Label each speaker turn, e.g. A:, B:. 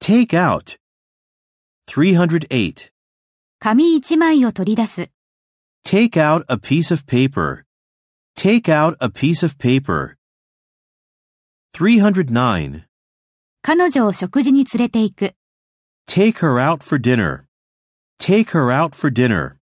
A: Take out. 308.
B: 紙一枚を取り出す。
A: Take out a piece of paper. Take out a piece of paper. 309.
B: 彼女を食事に連れて行く。
A: Take her out for dinner. Take her out for dinner.